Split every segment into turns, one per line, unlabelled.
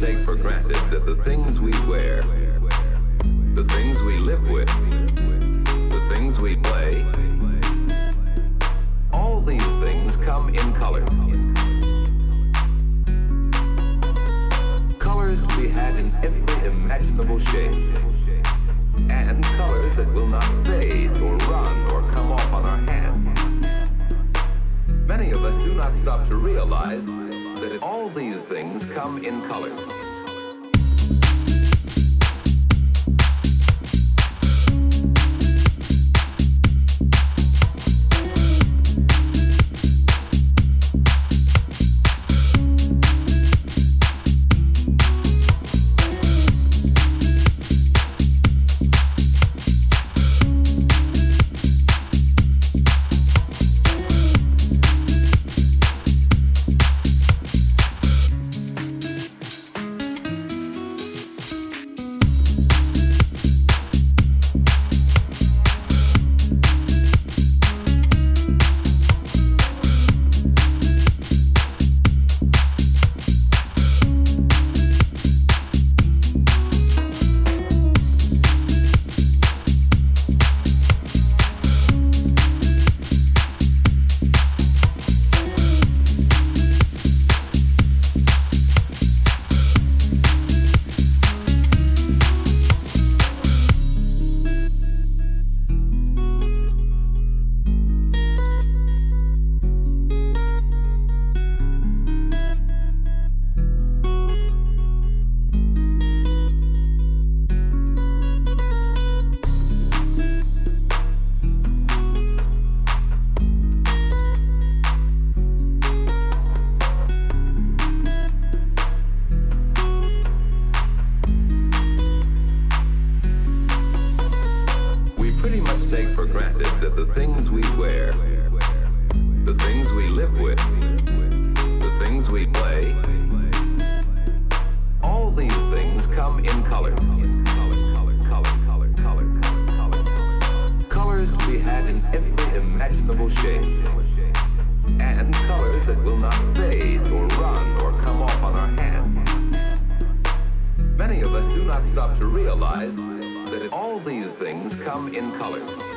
take for granted that the things we wear, the things we live with, the things we play, all these things come in color. Colors to be had in every imaginable shape. And colors that will not fade or run or come off on our hands. Many of us do not stop to realize that all these things come in color. We pretty much take for granted that the things we wear, the things we live with, the things we play, all these things come in color. Colors to be had in every imaginable shape. And colors that will not fade or run or come off on our hands. Many of us do not stop to realize that all these things come in color.
Mm-hmm.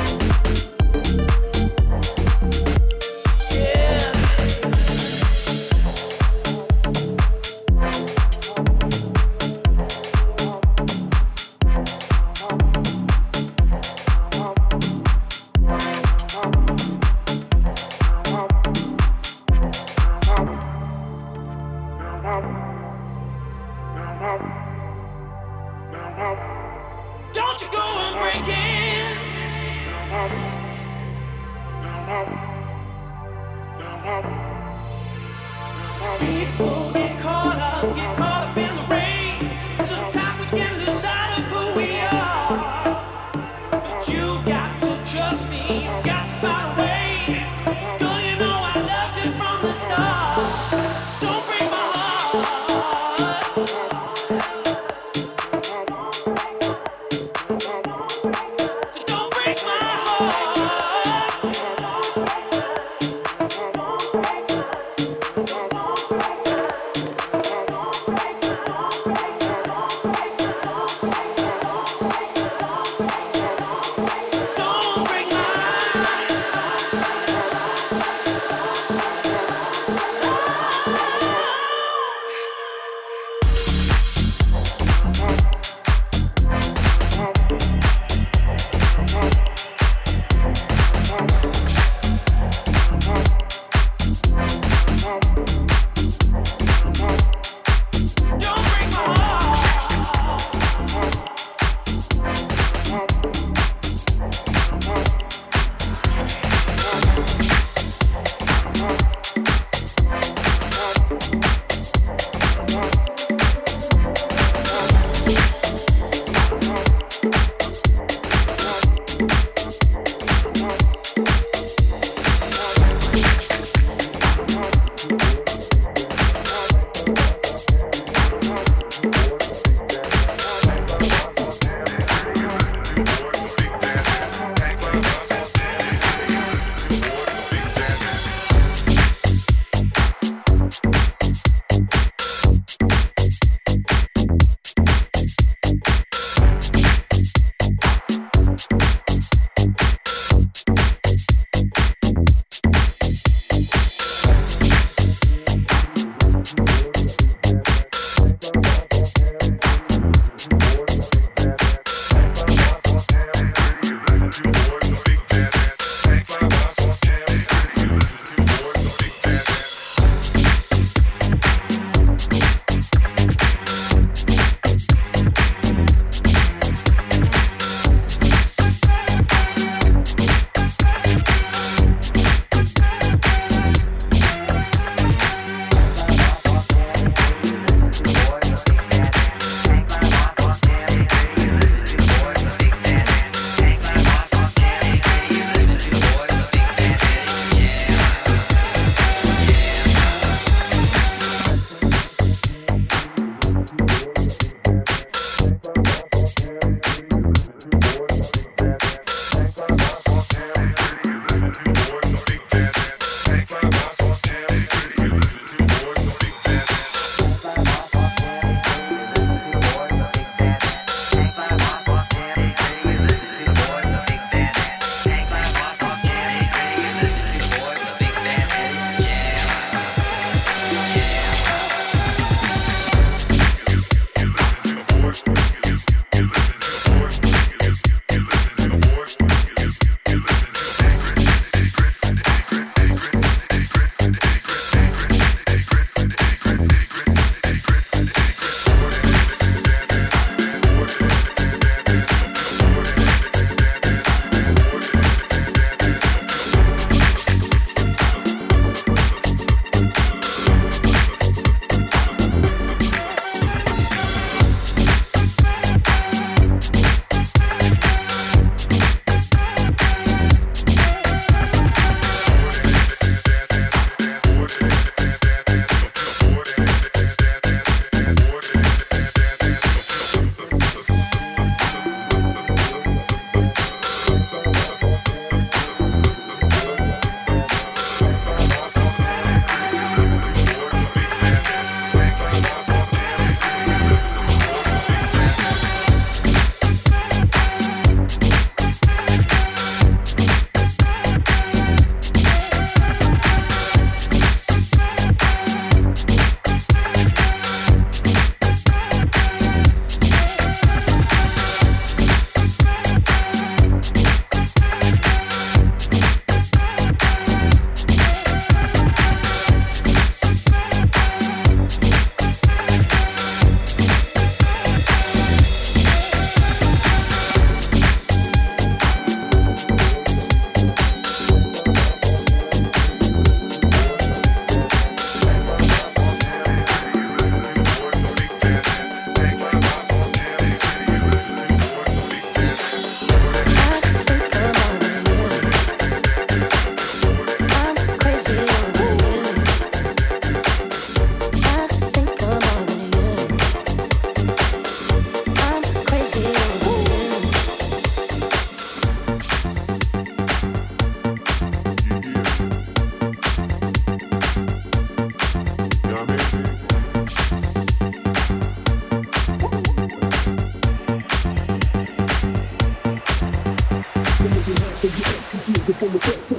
oh.
Don't break my heart.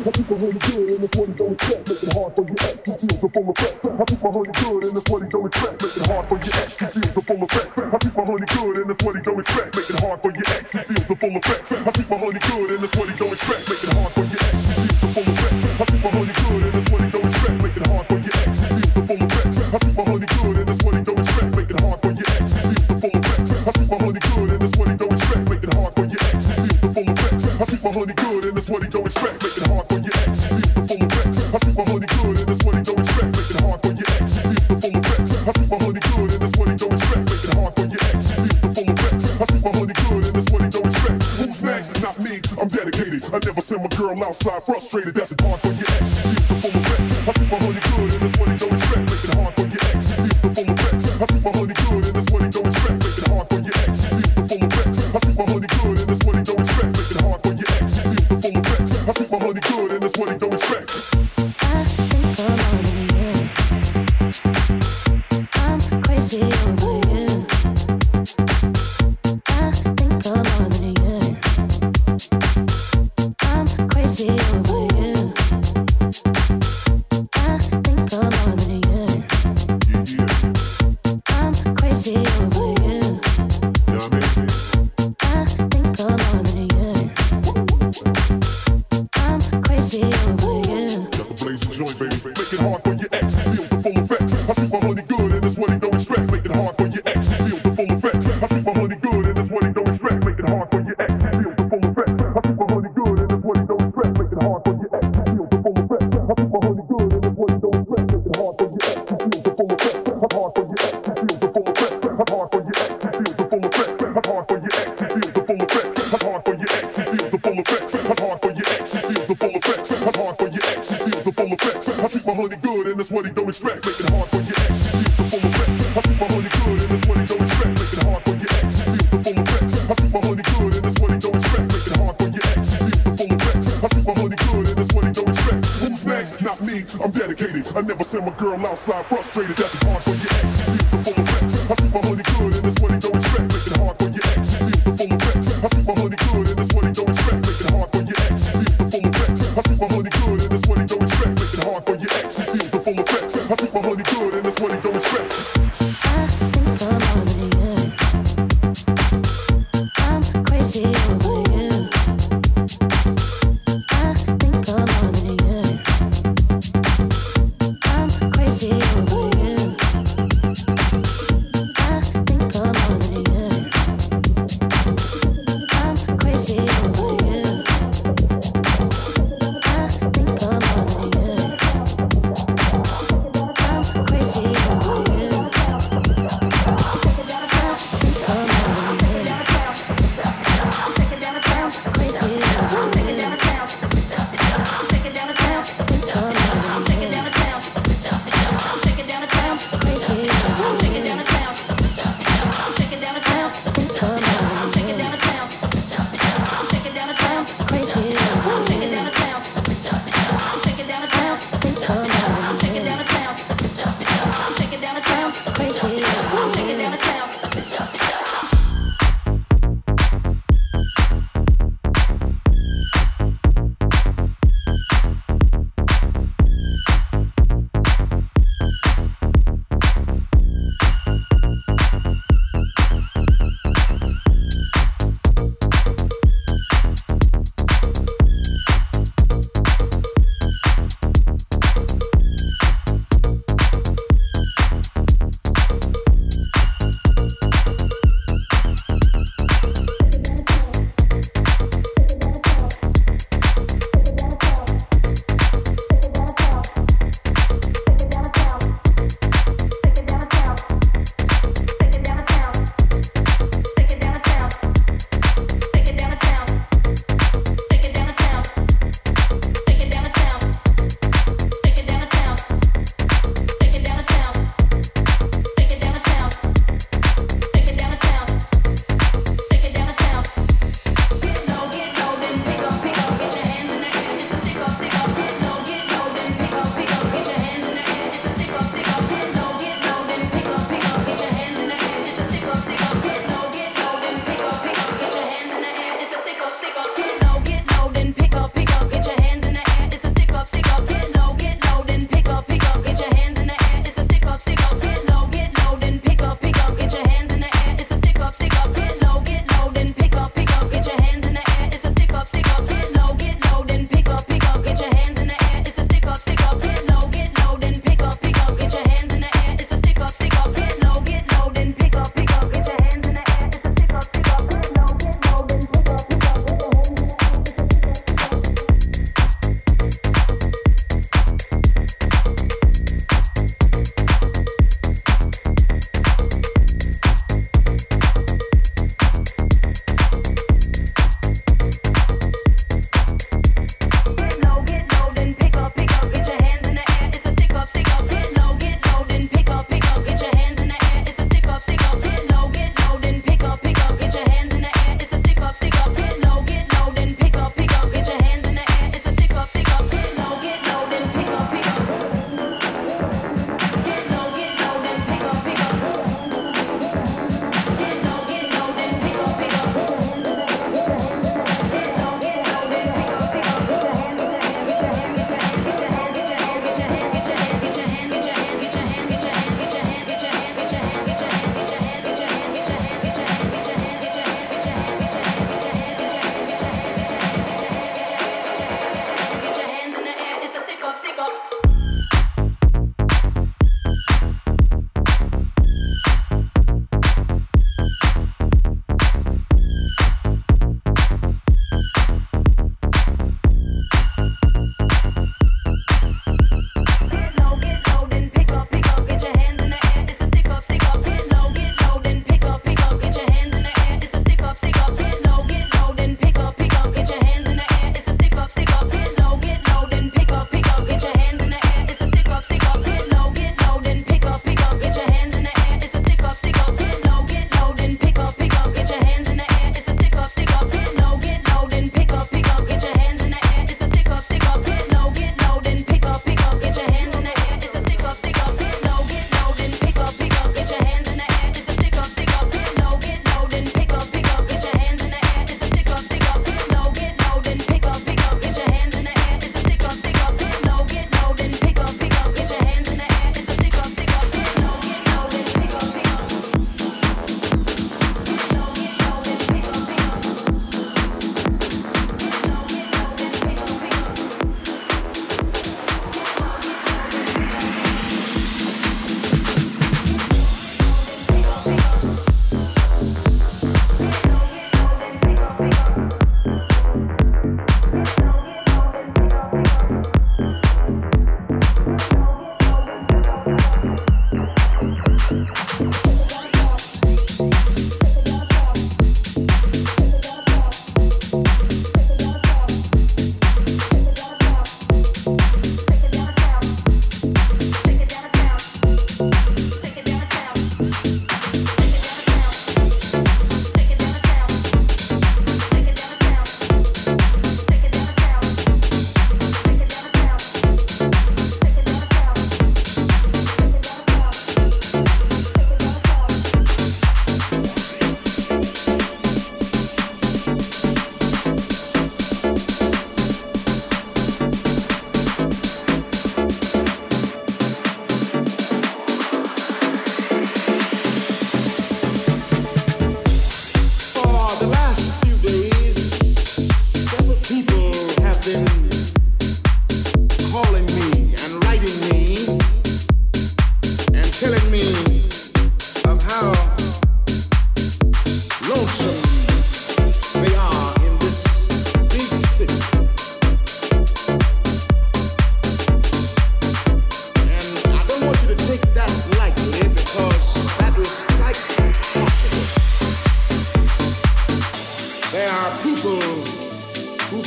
40 don't check, make it hard for your ex. Two deals are full of effect. I keep my honey good and the 40 don't expect, make it hard for your ex. Two deals are full of effect. I keep my honey good and the 40 don't expect, make it hard for your ex. Two deals are full of effect. I keep my honey good and the 40 don't expect, make it hard for your ex. Two deals are full of effect. I keep my honey good and the 40 don't expect, make it hard for your ex. Two deals are full of effect. I keep my honey good and the 40 don't expect, make it hard for your ex. Two deals are full of effect. I keep my honey good and the 40 don't expect, make it hard for your ex. Two deals are full of effect. I keep my honey good and the 40 don't expect, make it hard for your ex. Two deals are full of effect. I keep my honey good and the 40 don't expect, make it hard for your ex. Two deals are full of effect. I keep my honey good and the 40 don't expect, make it hard for your ex. Two deals are full of effect. I keep my honey good and the 40 don't expect. Who's next? It's not me. I'm dedicated. I never send my girl outside frustrated. That's it hard for your ex. Two deals are full of effect. I keep my honey good and the 40 don't expect, make it hard for your ex. Two deals are full of effect. I keep my honey good and the 40 don't expect, make it hard for your ex. Two deals are full of effect. I keep my honey good and the 40 don't expect, make it hard for your ex. Two deals are full of effect. I keep my honey good and the 40 don't expect.
I think I'm over you. I'm crazy over you. I think I'm over you. I'm crazy over you. I think I'm over you.
Yeah, yeah.
I'm crazy over you.
You know what I mean?
I think I'm over you. I'm crazy over you.
Got the blaze of joy, baby. Make it hard for your ex. Feel the full effects. I treat my honey good and that's what he don't expect. Make it hard for your ex. Feel the full effects. I treat my honey good and that's what he don't expect. Make it hard for your ex. Feel the full effects. I treat my honey good and that's what he don't expect. Make it hard for your ex. Feel the full effects. I treat my honey good and that's what he don't expect. Make it hard for your ex. Feel the full effects. I'm hard for your ex. Feel the full effects. I'm hard for your ex. Feel the full effects. I'm hard for your ex. Feel the full effects. I'm hard for your ex. Feel the full effects. I'm hard for your ex. Feel the full effects. I'm hard for your ex. Feel the full effects. I treat my honey good and that's what he don't expect. Make it hard for your ex. Feel the full effects. I treat my honey good and that's what he don't expect. Make it hard for your ex. Feel the full effects. I treat my honey good and that's what he don't expect. Make it hard for your ex. Feel the full effects. I treat my honey good and that's what he don't expect. Who's next? Not me. I'm dedicated. I never send my girl outside frustrated. That's it hard for your ex. Feel the full effects. I treat my honey good and that's what he don't expect. Make it hard for your ex. Feel the full effects. I treat my honey good and that's what he don't expect. Make it hard for your ex. Feel the full effects. I treat my honey good and that's what he don't expect. Make it hard for your ex. Feel the full effects. I treat my honey good and that's what he don't expect.
I think I'm over you. I'm crazy over you. I think I'm over you. I'm crazy over you. I think I'm over you. I'm crazy over you. I think I'm over you. I'm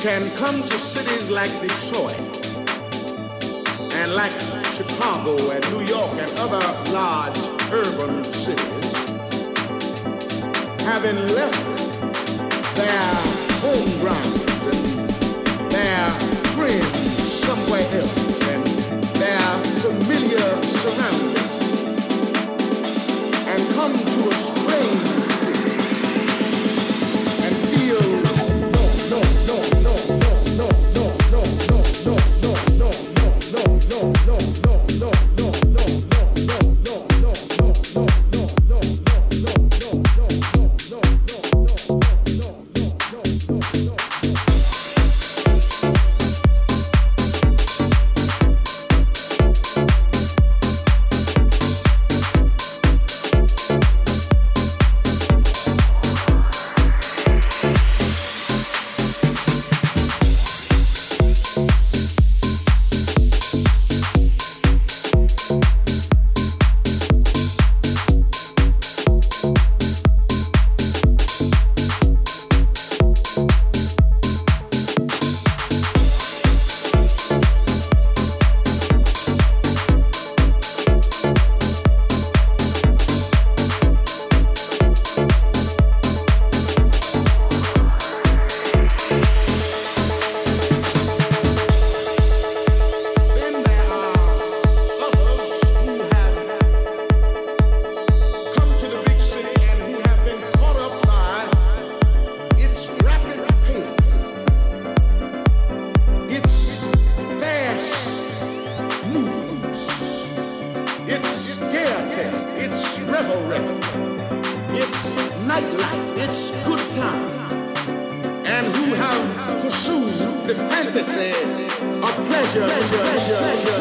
and come to cities like Detroit and like Chicago and New York and other large urban cities, having left their home ground and their friends somewhere else and their familiar surroundings, and come to a strange city and feel no, no, no, no, no, no, no, no, no, no, no, no, no, no, no, no, no, no, no. Then there are others who have come to the big city and who have been caught up by its rapid pace, its fast movements, its gaiety, its revelry, its nightlife, its good time and who have pursued the fantasy of pleasure.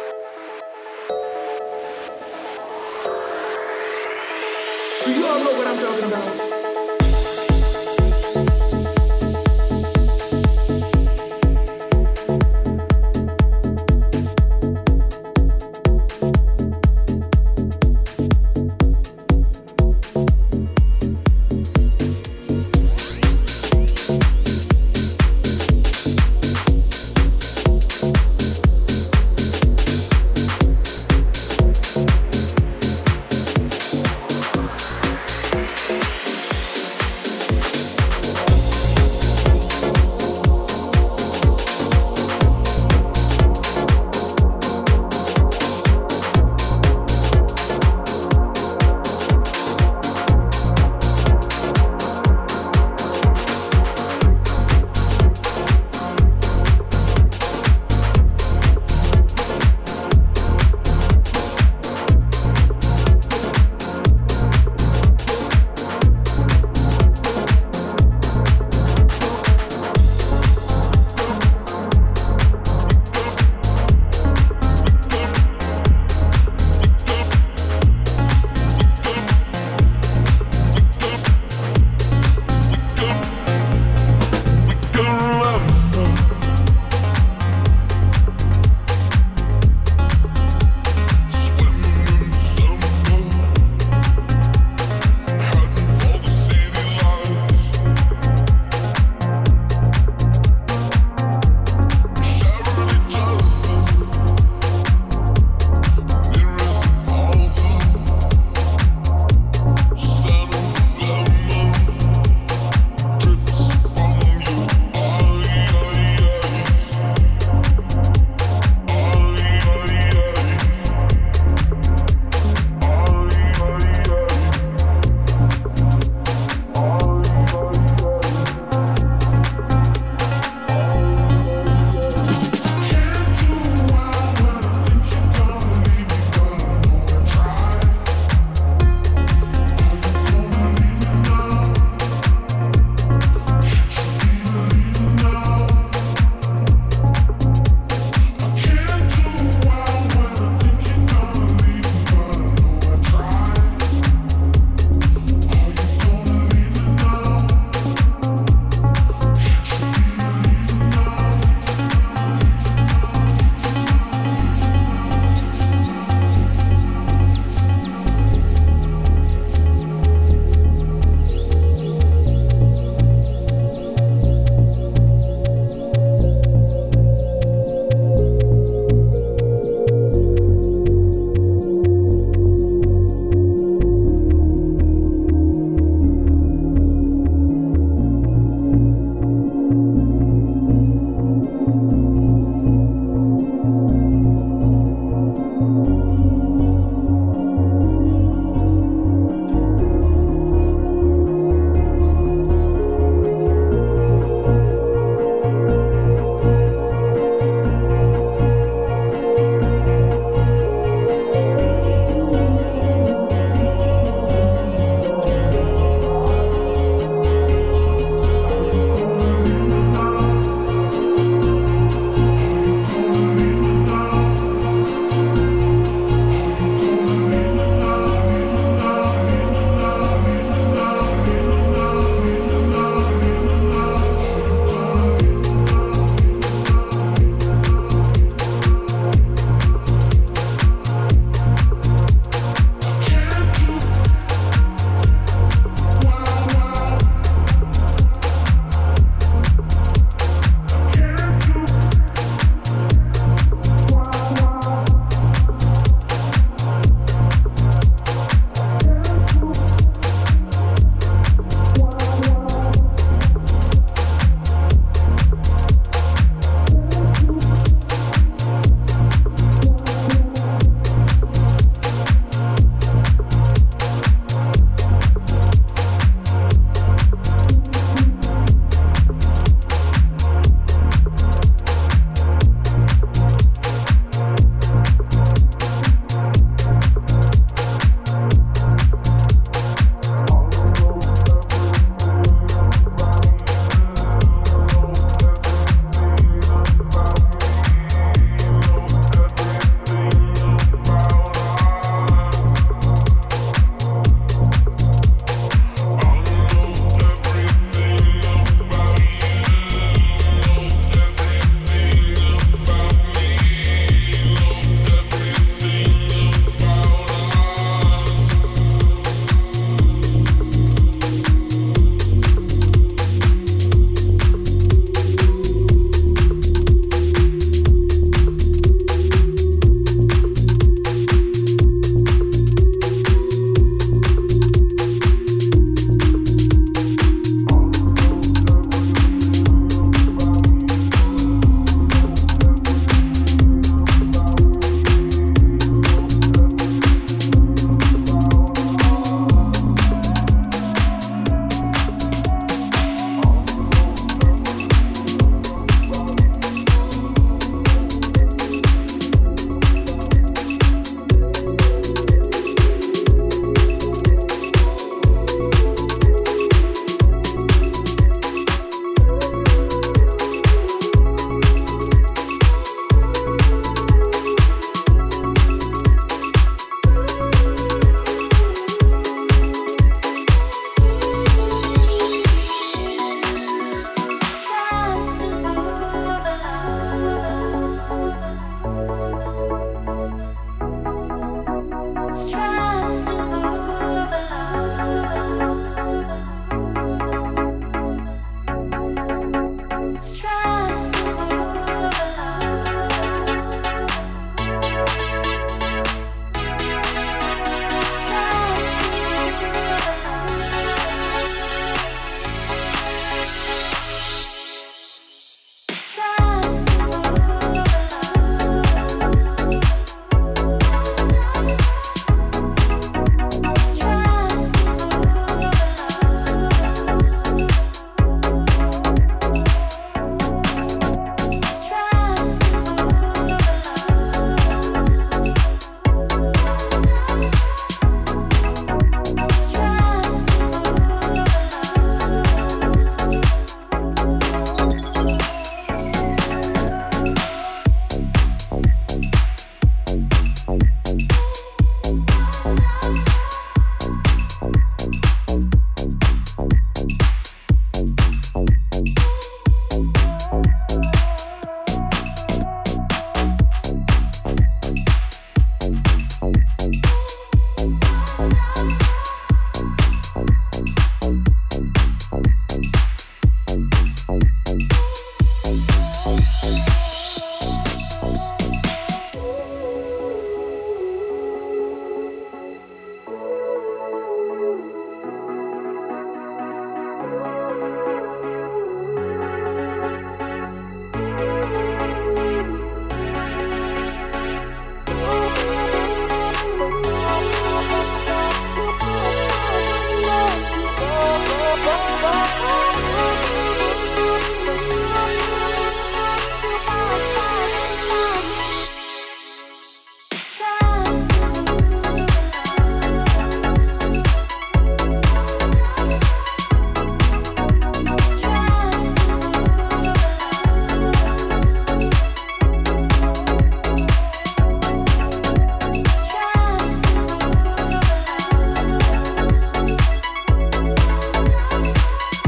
Do you all know what I'm talking about?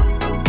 Trust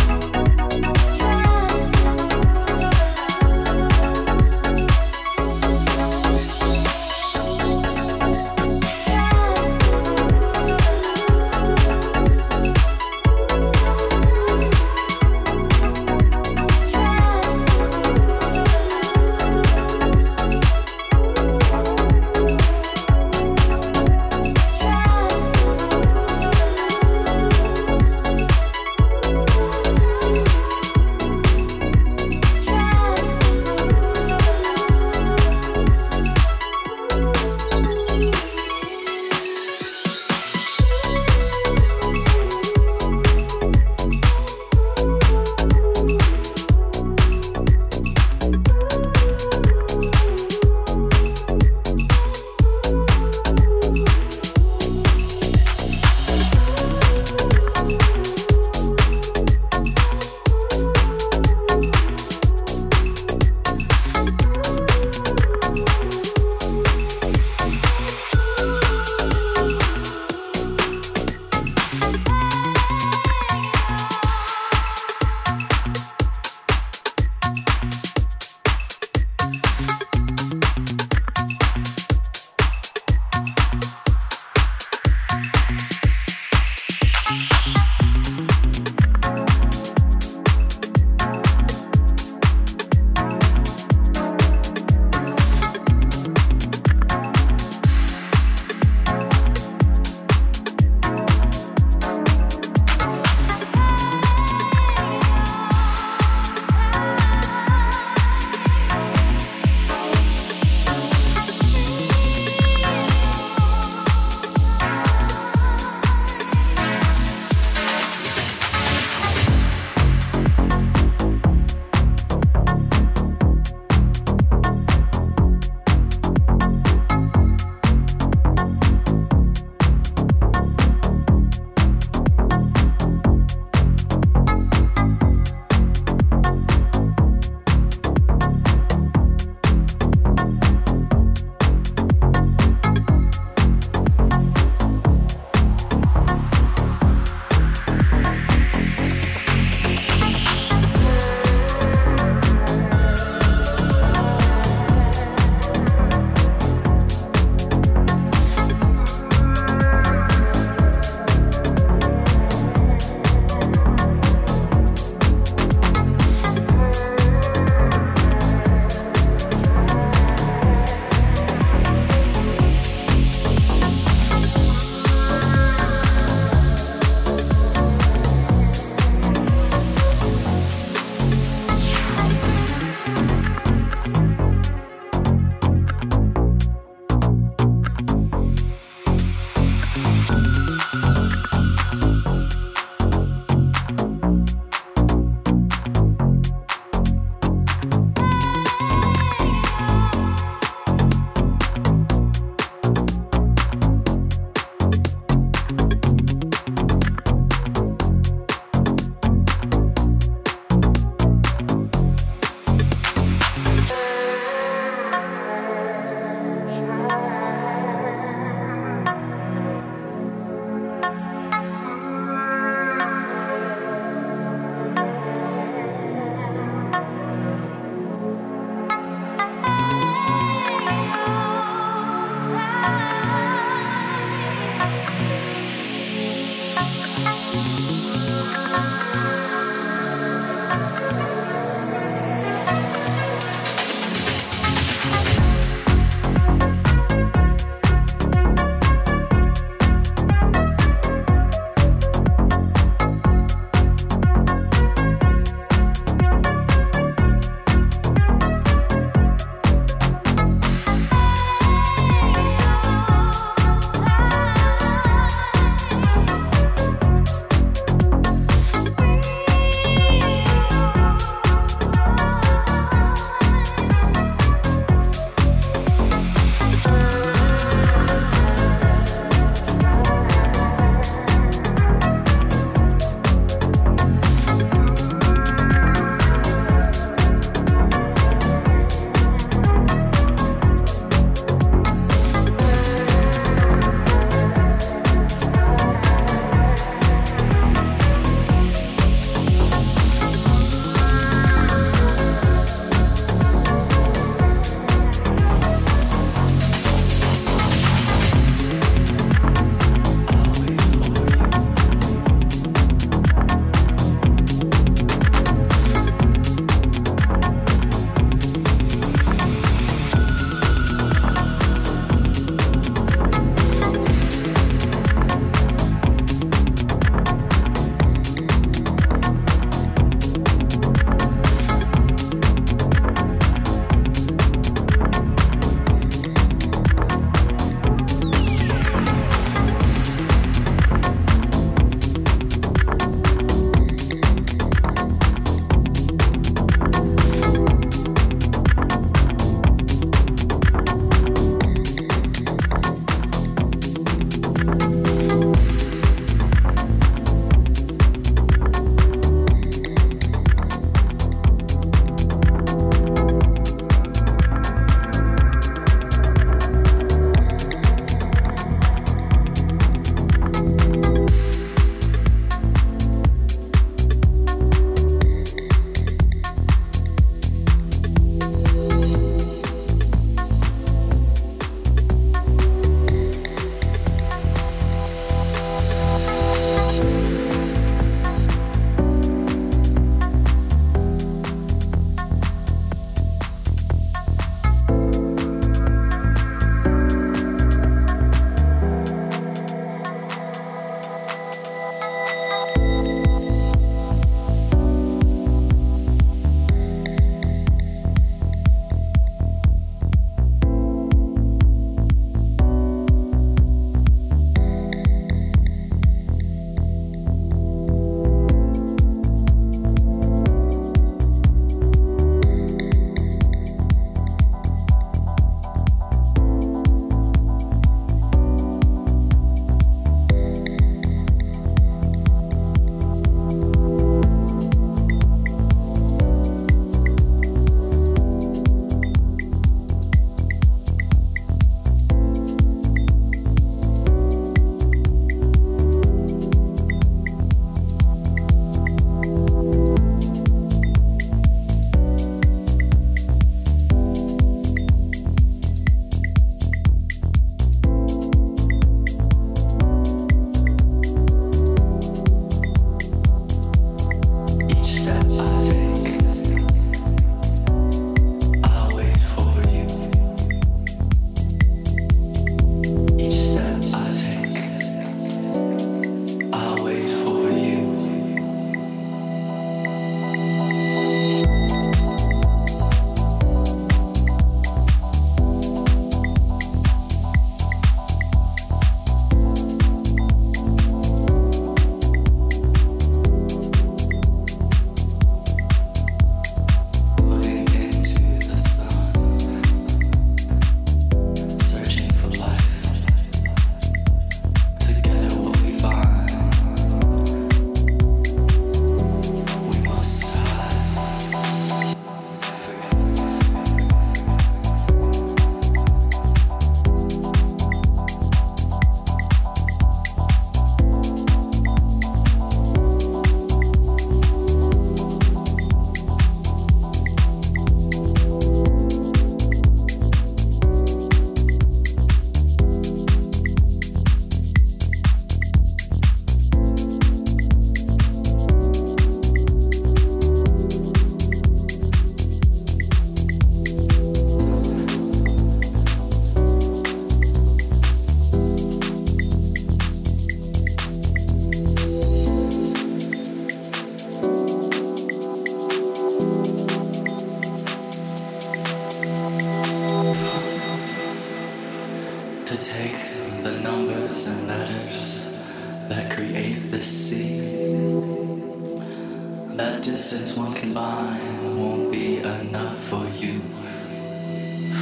The distance one can bind won't be enough for you,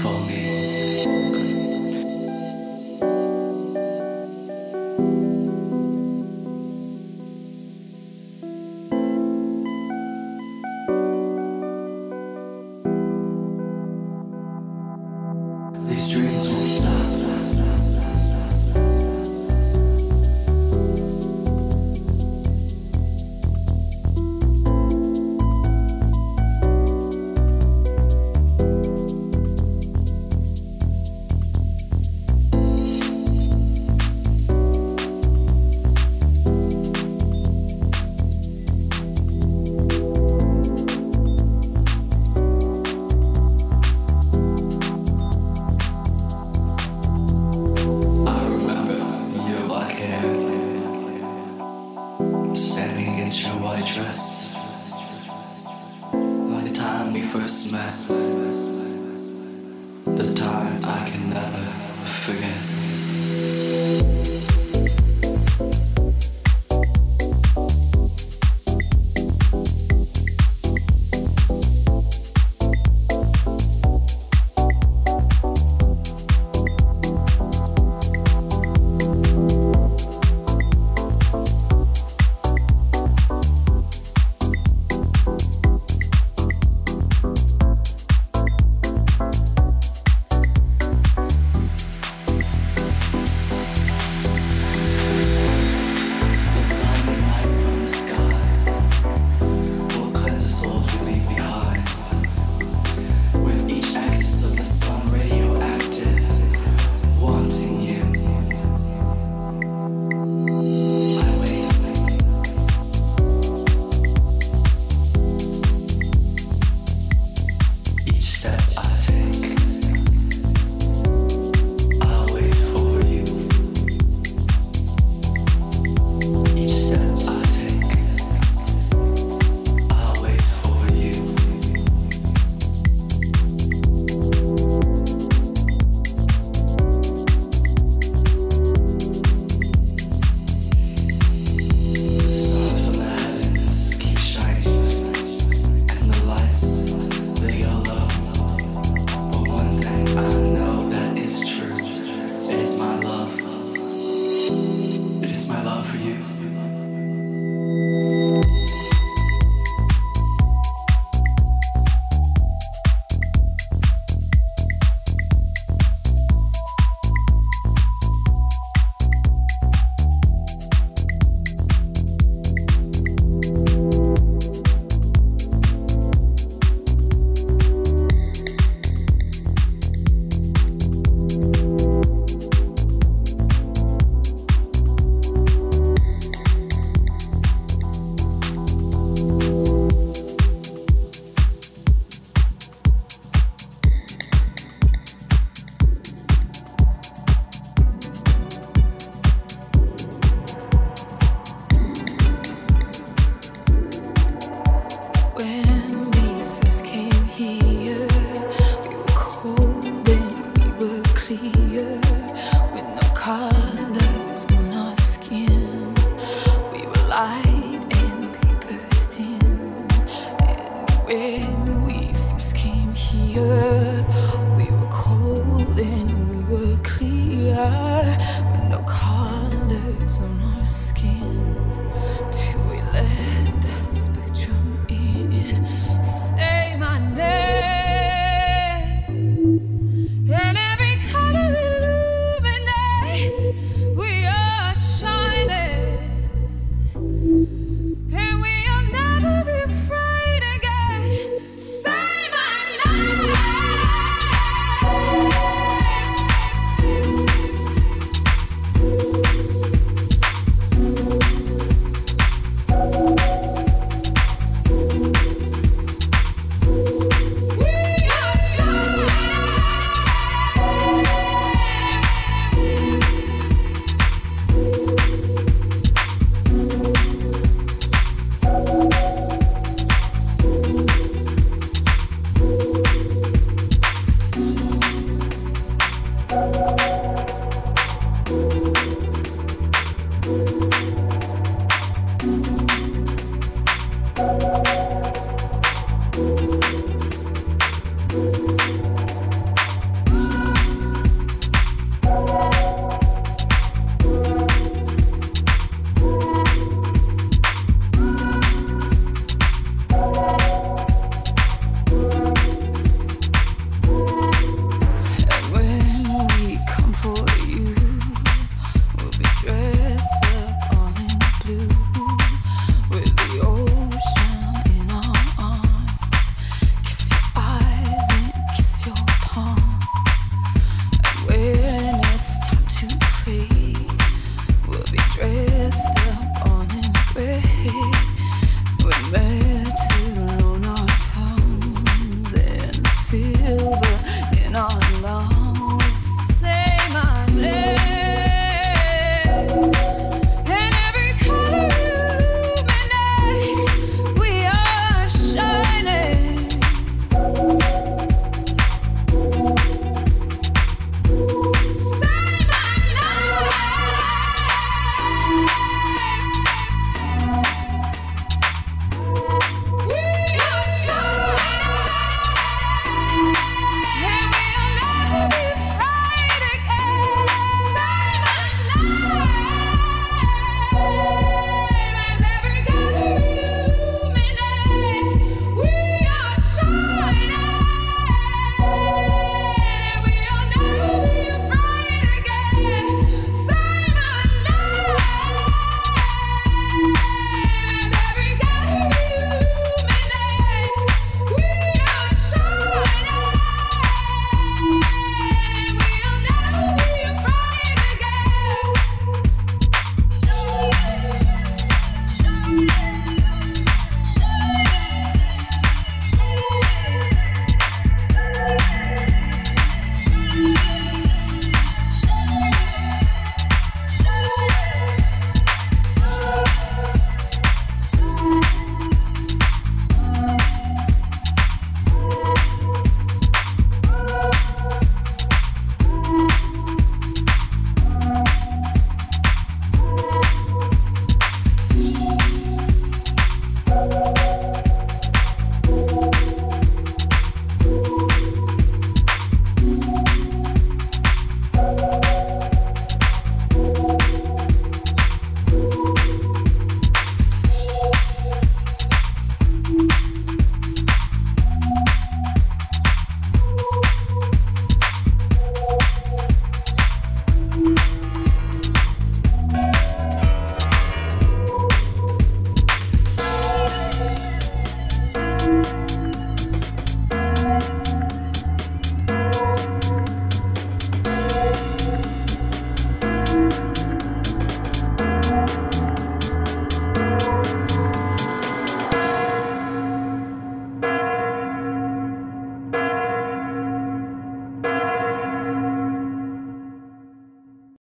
for me. These dreams won't stop. I remember your black hair standing against your white dress. Like the time we first met, the time I can never forget. Each step I take, I'll wait for you. Each step I take, I'll wait for you. Stars from the heavens keep shining, and the lights they go low. But one thing I know that is true: it is my love. It is my love for you.
When we first came here, we were cold and we were clear. With no colors on our skin, we were light and paper thin. And when we first came here, we were cold and we were clear. With no colors on our skin, till we let that spectrum in. Say my name. And every color illuminates. We are shining. And we will never be afraid again. Say my name. We are shining.
Thank